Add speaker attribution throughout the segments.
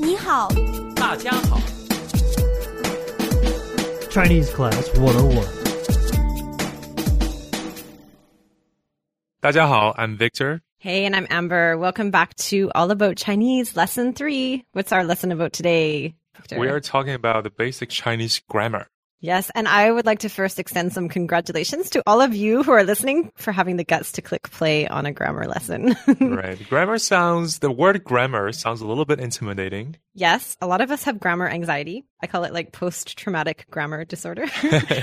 Speaker 1: 你好，
Speaker 2: 大家好，
Speaker 3: Chinese Class 101.
Speaker 4: 大家好，I'm Victor。
Speaker 5: Hey, and I'm Amber. Welcome back to All About Chinese Lesson 3. What's our lesson about today? Victor?
Speaker 4: We are talking about the basic Chinese grammar.
Speaker 5: Yes, and I would like to first extend some congratulations to all of you who are listening for having the guts to click play on a grammar lesson.
Speaker 4: Right. grammar sounds, the word grammar sounds a little bit intimidating.
Speaker 5: yes, a lot of us have grammar anxiety. I call it like post traumatic grammar disorder.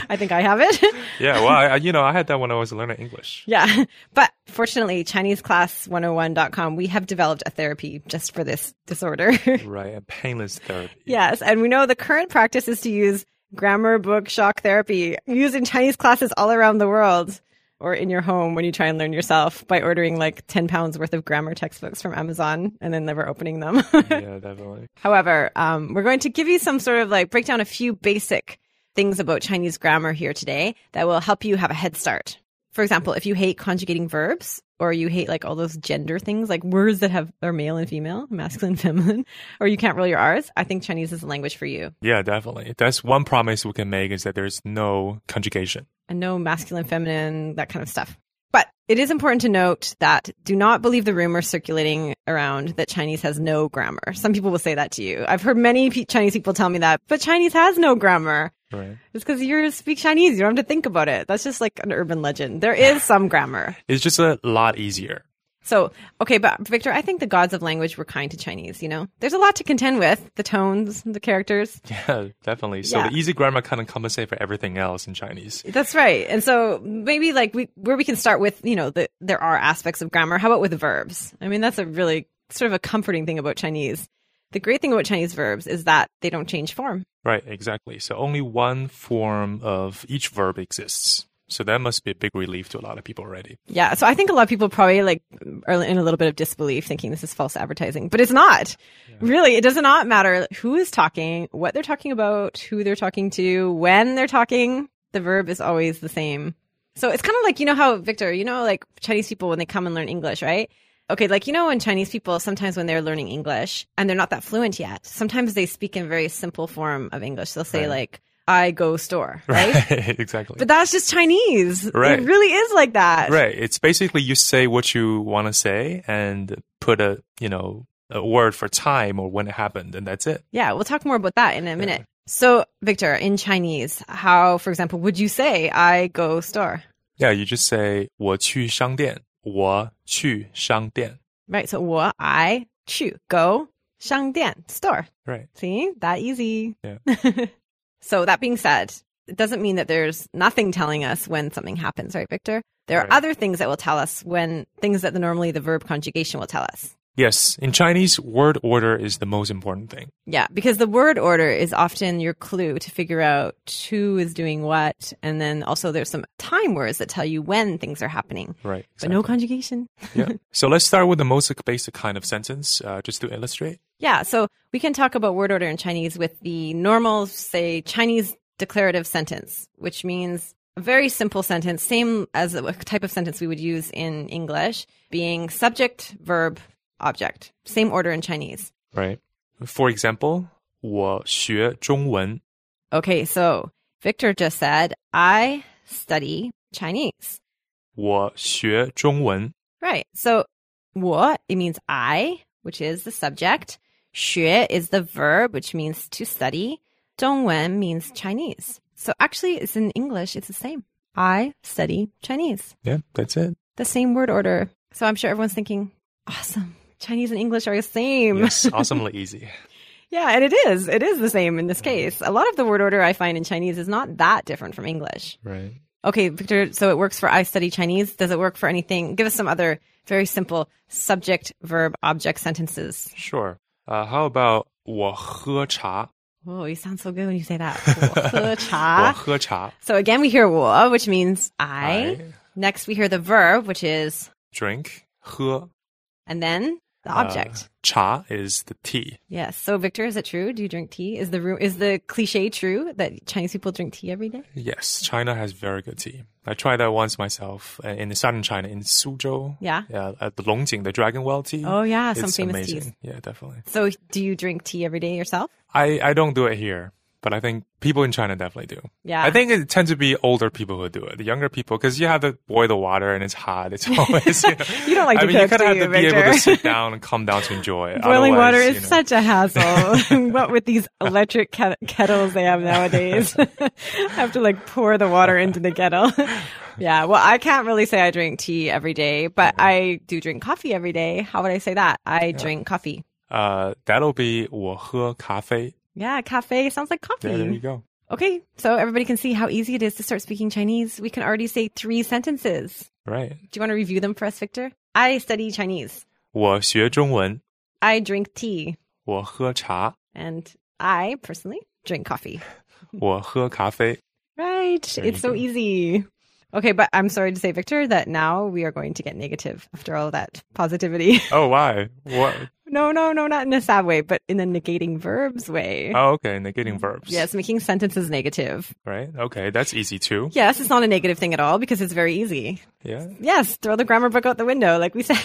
Speaker 5: I think I have it.
Speaker 4: Yeah, well, I, I- you know, I had that when I was learning English.
Speaker 5: Yeah. But fortunately, ChineseClass101.com, we have developed a therapy just for this disorder.
Speaker 4: Right, a painless therapy.
Speaker 5: Yes, and we know the current practice is to use grammar book shock therapy used in Chinese classes all around the world or in your home when you try and learn yourself by ordering like 10 pounds worth of grammar textbooks from Amazon and then never opening them.
Speaker 4: yeah, definitely.
Speaker 5: However, um, we're going to give you some sort of like break down a few basic things about Chinese grammar here today that will help you have a head start. For example, if you hate conjugating verbs or you hate like all those gender things, like words that have are male and female, masculine, feminine, or you can't roll your R's, I think Chinese is the language for you.
Speaker 4: Yeah, definitely. That's one promise we can make is that there's no conjugation.
Speaker 5: and no masculine, feminine, that kind of stuff. But it is important to note that do not believe the rumor circulating around that Chinese has no grammar. Some people will say that to you. I've heard many pe Chinese people tell me that, but Chinese has no grammar.
Speaker 4: Right.
Speaker 5: It's because you speak Chinese. You don't have to think about it. That's just like an urban legend. There is some grammar.
Speaker 4: It's just a lot easier.
Speaker 5: So, okay, but Victor, I think the gods of language were kind to Chinese, you know? There's a lot to contend with the tones, the characters.
Speaker 4: Yeah, definitely. So
Speaker 5: Yeah.
Speaker 4: the easy grammar kind of compensate for everything else in Chinese.
Speaker 5: That's right. And so maybe like we where we can start with, you know, the, there are aspects of grammar. How about with verbs? I mean, that's a really sort of a comforting thing about Chinese. The great thing about Chinese verbs is that they don't change form.
Speaker 4: Right, exactly. So only one form of each verb exists. So that must be a big relief to a lot of people already.
Speaker 5: Yeah. So I think a lot of people probably like are in a little bit of disbelief thinking this is false advertising, but it's not. Really, it does not matter who is talking, what they're talking about, who they're talking to, when they're talking. The verb is always the same. So it's kind of like, you know how, Victor, you know, like Chinese people when they come and learn English, right? Okay, like, you know, when Chinese people, sometimes when they're learning English and they're not that fluent yet, sometimes they speak in very simple form of English. They'll say,
Speaker 4: Right.
Speaker 5: like, I go store, right?
Speaker 4: exactly.
Speaker 5: But that's just Chinese.
Speaker 4: Right.
Speaker 5: It really is like that.
Speaker 4: Right. It's basically you say what you want to say and put a, you know, a word for time or when it happened and that's it.
Speaker 5: Yeah, we'll talk more about that in a minute. So, Victor, in Chinese, how, for example, would you say I go store?
Speaker 4: Yeah, you just say 我去商店,我去商店.
Speaker 5: Right. So, 我 I 去 go 商店 store.
Speaker 4: Right.
Speaker 5: See that easy.
Speaker 4: Yeah.
Speaker 5: so that being said, it doesn't mean that there's nothing telling us when something happens, right, Victor? There
Speaker 4: Right.
Speaker 5: are other things that will tell us when things that the, normally the verb conjugation will tell us.
Speaker 4: Yes, in Chinese word order is the most important thing.
Speaker 5: Yeah, because the word order is often your clue to figure out who is doing what. And then also there's some time words that tell you when things are happening.
Speaker 4: Right.
Speaker 5: But no conjugation.
Speaker 4: yeah. So let's start with the most basic kind of sentence uh, just to illustrate.
Speaker 5: Yeah, so we can talk about word order in Chinese with the normal, say, Chinese declarative sentence, which means a very simple sentence, same as a type of sentence we would use in English, being subject, verb, object. Same order in Chinese.
Speaker 4: Right. For example, 我学中文.
Speaker 5: Okay, so Victor just said, I study Chinese.
Speaker 4: 我学中文.
Speaker 5: Right. So, 我, it means I, which is the subject. 学 is the verb, which means to study. 中文 means Chinese. So, actually, it's in English, it's the same. I study Chinese.
Speaker 4: Yeah, that's it.
Speaker 5: The same word order. So, I'm sure everyone's thinking, awesome. Chinese and English are the same.
Speaker 4: Yes, awesomely easy.
Speaker 5: Yeah, and it is. It is the same in this case. A lot of the word order I find in Chinese is not that different from English.
Speaker 4: Right.
Speaker 5: Okay, Victor, so it works for I study Chinese. Does it work for anything? Give us some other very simple subject, verb, object sentences.
Speaker 4: Sure. Uh, how about 我喝茶?
Speaker 5: Oh, you sound so good when you say that. 我喝茶.
Speaker 4: 我喝茶.
Speaker 5: so again, we hear 我, which means I.
Speaker 4: I
Speaker 5: Next, we hear the verb, which is
Speaker 4: drink 喝.
Speaker 5: and then the object.
Speaker 4: Uh, cha is the tea.
Speaker 5: yes. So, Victor, is it true? Do you drink tea? Is the ru- is the cliche true that Chinese people drink tea every day?
Speaker 4: Yes, China has very good tea. I tried that once myself uh, in southern China, in Suzhou.
Speaker 5: Yeah.
Speaker 4: Yeah, at the Longjing, the Dragon Well tea.
Speaker 5: Oh yeah, some
Speaker 4: It's
Speaker 5: famous
Speaker 4: amazing.
Speaker 5: teas.
Speaker 4: Yeah, definitely.
Speaker 5: So, do you drink tea every day yourself?
Speaker 4: I, I don't do it here, but I think people in China definitely do.
Speaker 5: Yeah.
Speaker 4: I think it tends to be older people who do it. The younger people, because you have to boil the water and it's hot. It's always. You, know,
Speaker 5: You don't like
Speaker 4: I
Speaker 5: to
Speaker 4: mean, you
Speaker 5: cook,
Speaker 4: kind
Speaker 5: do
Speaker 4: of have
Speaker 5: you,
Speaker 4: to be able
Speaker 5: Victor?
Speaker 4: to sit down and calm down to enjoy it.
Speaker 5: Boiling
Speaker 4: Otherwise,
Speaker 5: water
Speaker 4: you
Speaker 5: is
Speaker 4: know,
Speaker 5: such a hassle. what with these electric ket- kettles they have nowadays, I have to like pour the water into the kettle. yeah, well, I can't really say I drink tea every day, but I do drink coffee every day. How would I say that? I drink coffee.
Speaker 4: Uh, that'll be 我喝咖啡.
Speaker 5: Yeah, cafe sounds like
Speaker 4: Yeah, there you
Speaker 5: coffee.
Speaker 4: go.
Speaker 5: Okay, so everybody can see how easy it is to start speaking Chinese. We can already say three sentences.
Speaker 4: Right.
Speaker 5: Do you want to review them for us, Victor? I study Chinese.
Speaker 4: 我学中文.
Speaker 5: I drink tea,
Speaker 4: 我喝茶.
Speaker 5: and I personally drink coffee.
Speaker 4: 我喝咖啡.
Speaker 5: Right.
Speaker 4: There
Speaker 5: it's
Speaker 4: you
Speaker 5: so
Speaker 4: go.
Speaker 5: easy. Okay, but I'm sorry to say, Victor, that now we are going to get negative after all that positivity.
Speaker 4: Oh, why? What?
Speaker 5: no, no, no, not in a sad way, but in a negating verbs way.
Speaker 4: Oh, okay. Negating verbs.
Speaker 5: Yes, making sentences negative.
Speaker 4: Right. Okay. That's easy too.
Speaker 5: Yes, it's not a negative thing at all because it's very easy.
Speaker 4: Yeah.
Speaker 5: Yes, throw the grammar book out the window, like we said,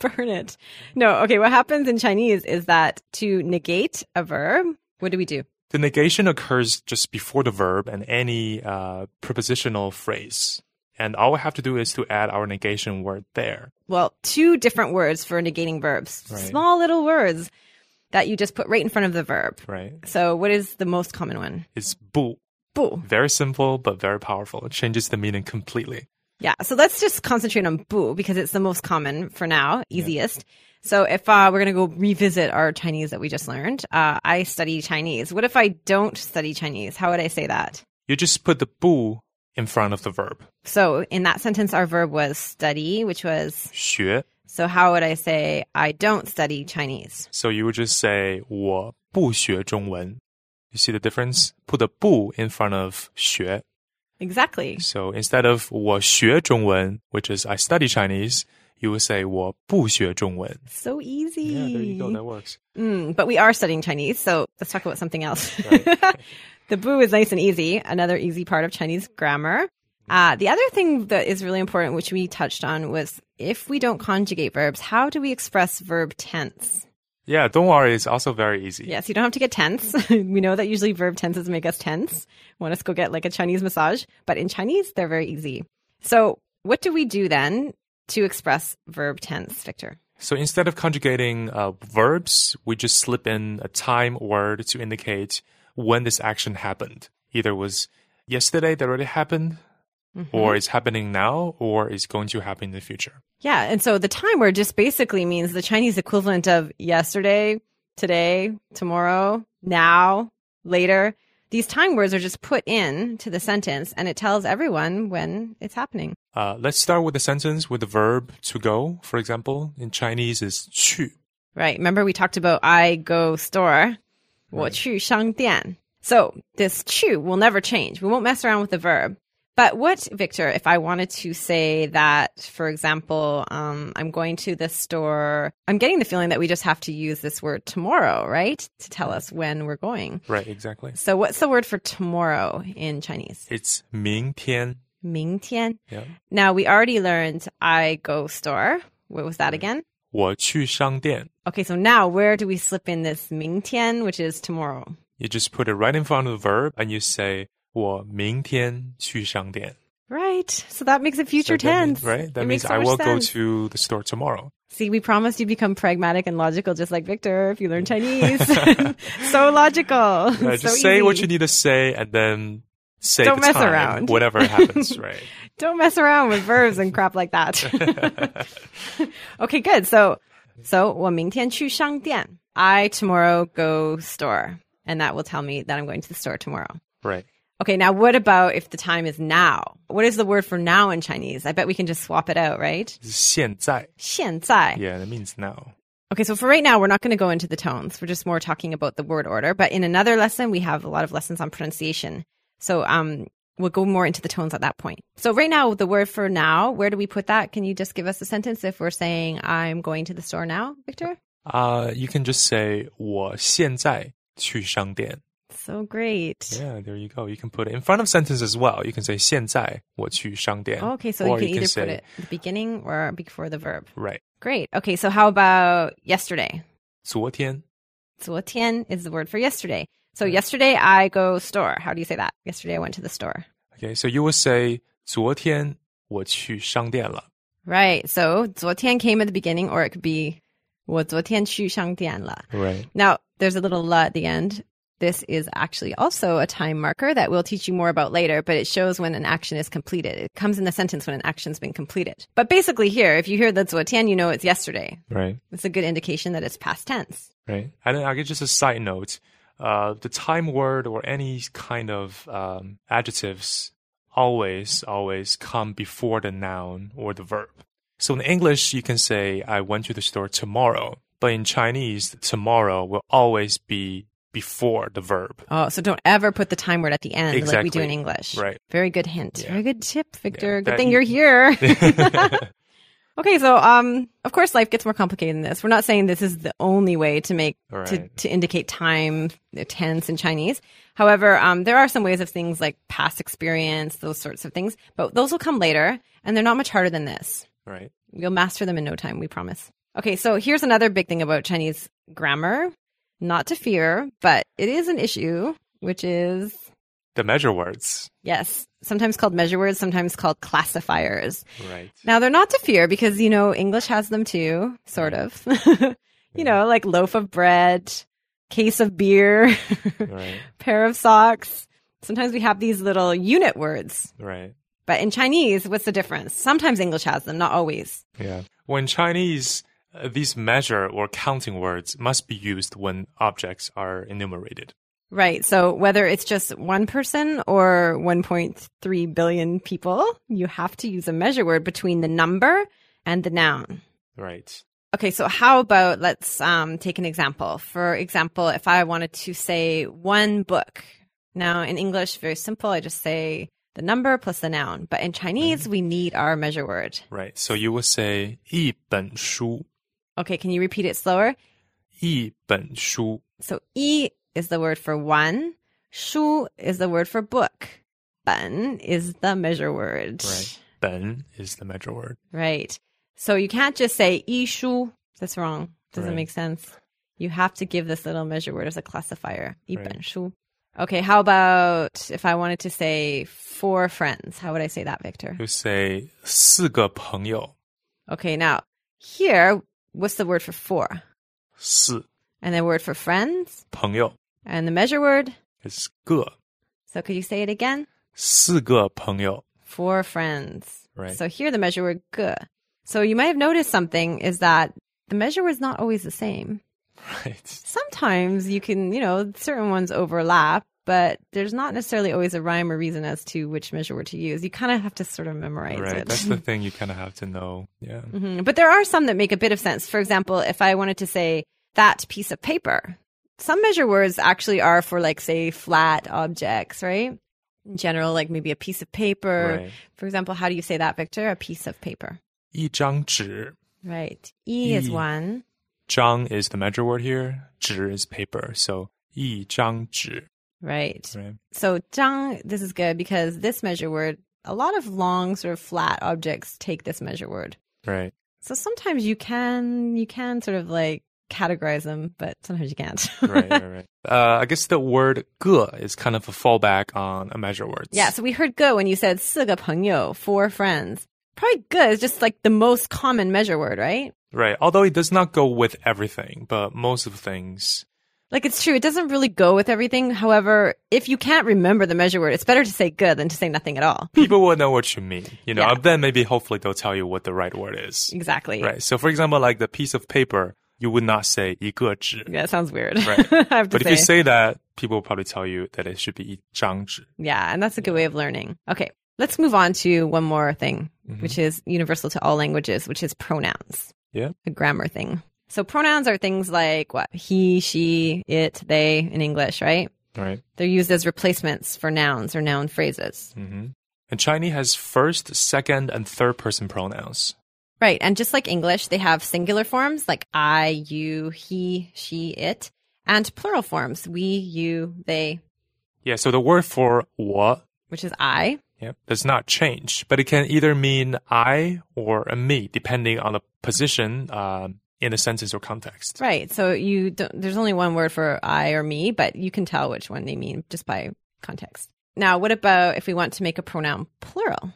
Speaker 5: burn it. No, okay, what happens in Chinese is that to negate a verb, what do we do?
Speaker 4: The negation occurs just before the verb and any uh, prepositional phrase. And all we have to do is to add our negation word there.
Speaker 5: well, two different words for negating verbs.
Speaker 4: Right.
Speaker 5: Small little words that you just put right in front of the verb.
Speaker 4: Right.
Speaker 5: So, what is the most common one?
Speaker 4: It's bu.
Speaker 5: Boo.
Speaker 4: Very simple, but very powerful. It changes the meaning completely.
Speaker 5: Yeah. So, let's just concentrate on boo because it's the most common for now, easiest. So, if uh, we're going to go revisit our Chinese that we just learned, uh, I study Chinese. What if I don't study Chinese? How would I say that?
Speaker 4: You just put the bu in front of the verb.
Speaker 5: So, in that sentence, our verb was study, which was
Speaker 4: 学.
Speaker 5: so. How would I say I don't study Chinese?
Speaker 4: So you would just say 我不学中文. You see the difference? Put the 不 in front of 学.
Speaker 5: Exactly.
Speaker 4: So instead of 我学中文, which is I study Chinese, you would say 我不学中文.
Speaker 5: So easy.
Speaker 4: Yeah, there you go. That works.
Speaker 5: Mm, but we are studying Chinese, so let's talk about something else.
Speaker 4: Right.
Speaker 5: the boo is nice and easy, another easy part of Chinese grammar. Uh, the other thing that is really important, which we touched on, was if we don't conjugate verbs, how do we express verb tense?
Speaker 4: Yeah, don't worry. It's also very easy.
Speaker 5: Yes, you don't have to get tense. we know that usually verb tenses make us tense. Want us to go get like a Chinese massage, but in Chinese, they're very easy. So, what do we do then to express verb tense, Victor?
Speaker 4: So instead of conjugating uh, verbs, we just slip in a time word to indicate when this action happened. Either it was yesterday that already happened, or it's happening now, or it's going to happen in the future.
Speaker 5: Yeah. And so the time word just basically means the Chinese equivalent of yesterday, today, tomorrow, now, later. These time words are just put in to the sentence and it tells everyone when it's happening.
Speaker 4: Uh, let's start with a sentence with the verb to go. For example, in Chinese is 去.
Speaker 5: Right. Remember we talked about I go store. 我去商店. So this chu will never change. We won't mess around with the verb. But what, Victor, if I wanted to say that, for example, um, I'm going to the store, I'm getting the feeling that we just have to use this word tomorrow, right? To tell us when we're going.
Speaker 4: Right, exactly.
Speaker 5: So what's the word for tomorrow in Chinese?
Speaker 4: It's 明天.
Speaker 5: 明天.
Speaker 4: Yeah.
Speaker 5: Now we already learned I go store. What was that again?
Speaker 4: 我去商店.
Speaker 5: Okay, so now where do we slip in this 明天, which is tomorrow?
Speaker 4: You just put it right in front of the verb and you say 我明天去商店.
Speaker 5: Right. So that makes it future
Speaker 4: So that means-
Speaker 5: tense.
Speaker 4: right? That
Speaker 5: It
Speaker 4: means
Speaker 5: makes so
Speaker 4: I
Speaker 5: much
Speaker 4: will
Speaker 5: sense.
Speaker 4: go to the store tomorrow.
Speaker 5: See, we promised you become pragmatic and logical, just like Victor, if you learn Chinese. so logical.
Speaker 4: Yeah,
Speaker 5: so
Speaker 4: just say what
Speaker 5: easy.
Speaker 4: you need to say and then say
Speaker 5: Don't
Speaker 4: the
Speaker 5: mess
Speaker 4: time,
Speaker 5: around.
Speaker 4: whatever happens, right?
Speaker 5: Don't mess around with verbs and crap like that. okay, good. So, so 我明天去商店. I tomorrow go store, and that will tell me that I'm going to the store tomorrow.
Speaker 4: Right.
Speaker 5: Okay, now what about if the time is now? What is the word for now in Chinese? I bet we can just swap it out, right?
Speaker 4: 现在.
Speaker 5: 现在.
Speaker 4: Yeah, that means now.
Speaker 5: Okay, so for right now, we're not going to go into the tones. We're just more talking about the word order. But in another lesson, we have a lot of lessons on pronunciation. So, um, we'll go more into the tones at that point. So right now, the word for now, where do we put that? Can you just give us a sentence if we're saying I'm going to the store now, Victor?
Speaker 4: Uh, you can just say 我现在去商店.
Speaker 5: So great.
Speaker 4: Yeah, there you go. You can put it in front of sentence as well. You can say 现在我去商店.
Speaker 5: Okay, so
Speaker 4: or
Speaker 5: you can
Speaker 4: you can
Speaker 5: either put
Speaker 4: say,
Speaker 5: it at the beginning or before the verb.
Speaker 4: Right.
Speaker 5: Great. Okay, so how about yesterday?
Speaker 4: 昨天.
Speaker 5: 昨天 is the word for yesterday. So yesterday I go store. How do you say that? Yesterday I went to the store.
Speaker 4: Okay, so you will say 昨天我去商店了.
Speaker 5: Right. So 昨天 came at the beginning or it could be 我昨天去商店了.
Speaker 4: Right.
Speaker 5: Now, there's a little la at the end. This is actually also a time marker that we'll teach you more about later, but it shows when an action is completed. It comes in the sentence when an action's been completed. But basically here, if you hear the 昨天, you know it's yesterday.
Speaker 4: Right.
Speaker 5: It's a good indication that it's past tense.
Speaker 4: Right. And then I get just a side note. Uh, the time word or any kind of um, adjectives always, always come before the noun or the verb. So in English, you can say, I went to the store tomorrow. But in Chinese, tomorrow will always be before the verb.
Speaker 5: Oh, so don't ever put the time word at the end like we do
Speaker 4: Exactly.
Speaker 5: in English.
Speaker 4: Right.
Speaker 5: Very good hint. Very good tip, Victor.
Speaker 4: Yeah,
Speaker 5: good
Speaker 4: that-
Speaker 5: thing you're here. Okay, so um, of course, life gets more complicated than this. We're not saying this is the only way to make to,
Speaker 4: Right.
Speaker 5: to indicate time uh, tense in Chinese. However, um, there are some ways of things like past experience, those sorts of things, but those will come later, and they're not much harder than this.
Speaker 4: right.
Speaker 5: You'll master them in no time, we promise. Okay, so here's another big thing about Chinese grammar. Not to fear, but it is an issue, which is
Speaker 4: The measure words.
Speaker 5: yes, sometimes called measure words, sometimes called classifiers.
Speaker 4: Right.
Speaker 5: Now they're not to fear because you know English has them too, sort of. you know, like loaf of bread, case of beer,
Speaker 4: Right.
Speaker 5: pair of socks. Sometimes we have these little unit words,
Speaker 4: Right.
Speaker 5: but in Chinese, what's the difference? Sometimes English has them, not always.
Speaker 4: Yeah. When Chinese, uh, these measure or counting words must be used when objects are enumerated.
Speaker 5: Right. So whether it's just one person or 1.3 billion people, you have to use a measure word between the number and the noun.
Speaker 4: Right.
Speaker 5: Okay, so how about let's um, take an example. For example, if I wanted to say one book. Now, in English, very simple, I just say the number plus the noun. But in Chinese, we need our measure word.
Speaker 4: Right. So you will say 一本书,
Speaker 5: Okay, can you repeat it slower?
Speaker 4: 一本书,
Speaker 5: So, i is the word for one, shu is the word for book, ban is the measure word.
Speaker 4: Right. 本 is the measure word.
Speaker 5: Right. So you can't just say ishu. That's wrong. Doesn't
Speaker 4: Right.
Speaker 5: make sense. You have to give this little measure word as a classifier.
Speaker 4: Right.
Speaker 5: 一本书. Okay, how about if I wanted to say four friends? How would I say that, Victor?
Speaker 4: You say 四个朋友,
Speaker 5: Okay, now here, what's the word for four?
Speaker 4: 四朋友
Speaker 5: And the word for friends? And the measure word?
Speaker 4: is 个,
Speaker 5: So could you say it again?
Speaker 4: 四个朋友.
Speaker 5: Four friends.
Speaker 4: Right.
Speaker 5: So here the measure word good. So you might have noticed something is that the measure word's not always the same.
Speaker 4: Right.
Speaker 5: sometimes you can, you know, certain ones overlap, but there's not necessarily always a rhyme or reason as to which measure word to use. You kind of have to sort of memorize
Speaker 4: Right.
Speaker 5: it.
Speaker 4: That's the thing you kind of have to know. Yeah.
Speaker 5: Mhm. But there are some that make a bit of sense. For example, if I wanted to say that piece of paper, some measure words actually are for like, say, flat objects, right? In general, like maybe a piece of paper.
Speaker 4: Right.
Speaker 5: For example, how do you say that, Victor? A piece of paper.
Speaker 4: 一张纸.
Speaker 5: Right. E, is
Speaker 4: E.
Speaker 5: one.
Speaker 4: 张 is the measure word here. 纸 is paper. So 一张纸.
Speaker 5: Right.
Speaker 4: Right.
Speaker 5: So zhang, this is good because this measure word, a lot of long sort of flat objects take this measure word.
Speaker 4: Right.
Speaker 5: So sometimes you can you can sort of like categorize them, but sometimes you can't.
Speaker 4: Right. right. Right. uh, I guess the word 个 is kind of a fallback on a measure word.
Speaker 5: yeah. So we heard good when you said 四个朋友, four friends. Probably good is just like the most common measure word, right?
Speaker 4: Right. Although it does not go with everything, but most of things.
Speaker 5: Like it's true, it doesn't really go with everything. However, if you can't remember the measure word, it's better to say good than to say nothing at all.
Speaker 4: People will know what you mean, you know,
Speaker 5: Yeah.
Speaker 4: and then maybe hopefully they'll tell you what the right word is.
Speaker 5: Exactly.
Speaker 4: Right. So, for example, like the piece of paper, you would not say 一个纸.
Speaker 5: Yeah, that sounds weird.
Speaker 4: Right.
Speaker 5: I have to
Speaker 4: But if you say that, people will probably tell you that it should be 一张纸.
Speaker 5: Yeah, and that's a good way of learning. Okay, let's move on to one more thing, which is universal to all languages, which is pronouns.
Speaker 4: Yeah.
Speaker 5: A grammar thing. So pronouns are things like what? He, she, it, they in English, right?
Speaker 4: right?
Speaker 5: They're used as replacements for nouns or noun phrases.
Speaker 4: hmm And Chinese has first, second, and third person pronouns.
Speaker 5: Right. And just like English, they have singular forms like I, you, he, she, it, and plural forms we, you, they,
Speaker 4: Yeah, so the word for 我
Speaker 5: which is I.
Speaker 4: yeah, does not change, but it can either mean I or a me, depending on the position um, in a sentence or context.
Speaker 5: Right. So you don't, there's only one word for I or me, but you can tell which one they mean just by context. Now, what about if we want to make a pronoun plural?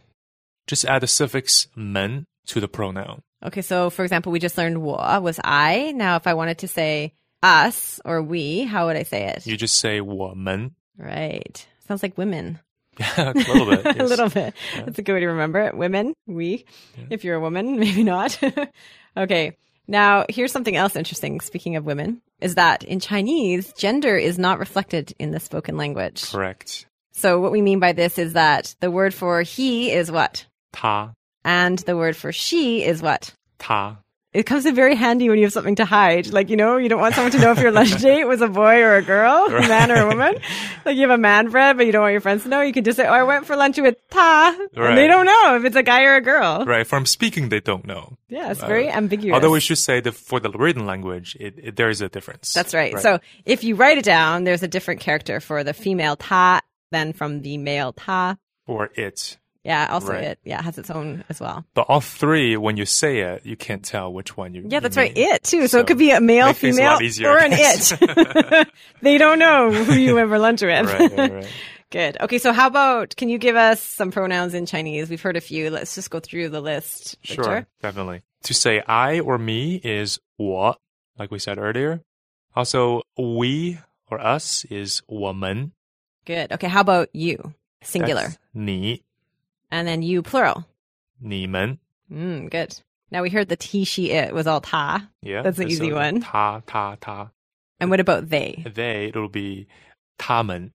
Speaker 4: Just add the suffix 门 to the pronoun.
Speaker 5: Okay, so for example, we just learned wa was I. Now, if I wanted to say us or we, how would I say it?
Speaker 4: You just say 我们.
Speaker 5: right. Sounds like women.
Speaker 4: Yeah, a little bit.
Speaker 5: a
Speaker 4: yes.
Speaker 5: little bit. That's a good way to remember it. Women, we. If you're a woman, maybe not. okay. Now, here's something else interesting. Speaking of women, is that in Chinese, gender is not reflected in the spoken language.
Speaker 4: Correct.
Speaker 5: So, what we mean by this is that the word for he is what?
Speaker 4: 他,
Speaker 5: And the word for she is what?
Speaker 4: 他.
Speaker 5: It comes in very handy when you have something to hide. Like, you know, you don't want someone to know if your lunch date was a boy or a girl, a man or a woman. Like, you have a man friend, but you don't want your friends to know. You can just say, Oh, I went for lunch with Ta.
Speaker 4: Right.
Speaker 5: And they don't know if it's a guy or a girl.
Speaker 4: Right, from speaking, they don't know.
Speaker 5: Yeah, it's very ambiguous.
Speaker 4: Although we should say that for the written language, it, it, there is a difference.
Speaker 5: That's right. So if you write it down, there's a different character for the female Ta than from the male Ta.
Speaker 4: Or it.
Speaker 5: Yeah, also
Speaker 4: Right.
Speaker 5: it yeah has its own as well.
Speaker 4: But all three, when you say it, you can't tell which one you
Speaker 5: Yeah,
Speaker 4: you
Speaker 5: that's
Speaker 4: mean.
Speaker 5: right. It too. So,
Speaker 4: So,
Speaker 5: it could be a male,
Speaker 4: make things a
Speaker 5: female,
Speaker 4: lot easier,
Speaker 5: or
Speaker 4: I
Speaker 5: an
Speaker 4: guess.
Speaker 5: it. they don't know who you went for lunch with.
Speaker 4: Right, right, right.
Speaker 5: Good. Okay, so how about can you give us some pronouns in Chinese? We've heard a few. Let's just go through the list.
Speaker 4: Sure,
Speaker 5: Victor.
Speaker 4: definitely. To say I or me is 我, like we said earlier. Also, we or us is 我们.
Speaker 5: Good. Okay, how about you? Singular.
Speaker 4: That's 你,
Speaker 5: And then you plural.
Speaker 4: 你们.
Speaker 5: Mm, good. Now we heard the t she it was all ta.
Speaker 4: Yeah,
Speaker 5: That's an
Speaker 4: so
Speaker 5: easy one.
Speaker 4: 他,他,他.
Speaker 5: And what about they?
Speaker 4: They, it'll be 他们.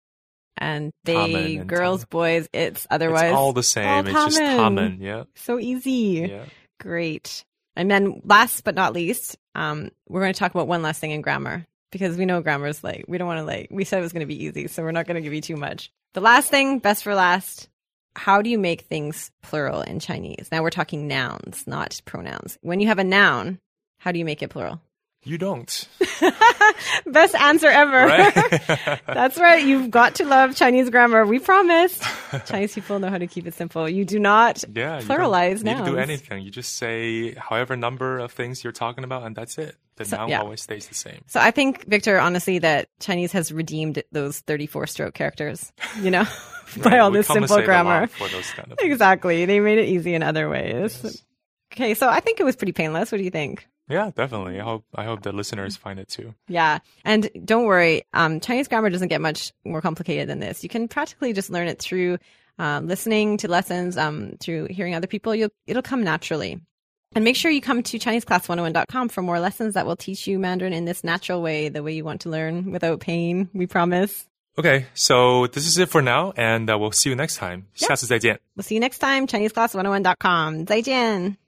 Speaker 5: And
Speaker 4: Tamen
Speaker 5: they
Speaker 4: and
Speaker 5: girls,
Speaker 4: tamen.
Speaker 5: boys, it's
Speaker 4: It's
Speaker 5: otherwise
Speaker 4: all the same. it's just
Speaker 5: 他们.
Speaker 4: 他们. Yeah,
Speaker 5: so easy.
Speaker 4: yeah.
Speaker 5: Great. And then last but not least, um, we're going to talk about one last thing in grammar because we know grammar is like, we don't want to like, we said it was going to be easy, so we're not going to give you too much. The last thing, best for last, how do you make things plural in Chinese? Now we're talking nouns, not pronouns. When you have a noun, how do you make it plural?
Speaker 4: You don't,
Speaker 5: best answer ever.
Speaker 4: right?
Speaker 5: That's right. You've got to love Chinese grammar. We promised. Chinese people know how to keep it simple. You do not
Speaker 4: yeah. you don't
Speaker 5: pluralize
Speaker 4: need to do
Speaker 5: nouns.
Speaker 4: anything. You just say however number of things you're talking about, and that's it. The
Speaker 5: So-
Speaker 4: noun
Speaker 5: yeah.
Speaker 4: always stays the same.
Speaker 5: So I think, Victor, honestly, that Chinese has redeemed those 34 stroke characters, you know, by
Speaker 4: Right,
Speaker 5: all
Speaker 4: we
Speaker 5: this simple
Speaker 4: compensate a lot
Speaker 5: grammar.
Speaker 4: For those kind of things.
Speaker 5: Exactly. They made it easy in other ways.
Speaker 4: Yes.
Speaker 5: Okay. So I think it was pretty painless. What do you think?
Speaker 4: Yeah, definitely. I hope I hope the listeners find it too.
Speaker 5: Yeah. And don't worry, um, Chinese grammar doesn't get much more complicated than this. You can practically just learn it through um, listening to lessons, um, through hearing other people. You'll, it'll come naturally. And make sure you come to ChineseClass101.com for more lessons that will teach you Mandarin in this natural way, the way you want to learn without pain, we promise.
Speaker 4: Okay, so this is it for now, and uh, we'll see you next time. 下次再见。oh
Speaker 5: We'll see you next time, ChineseClass101.com. 再见!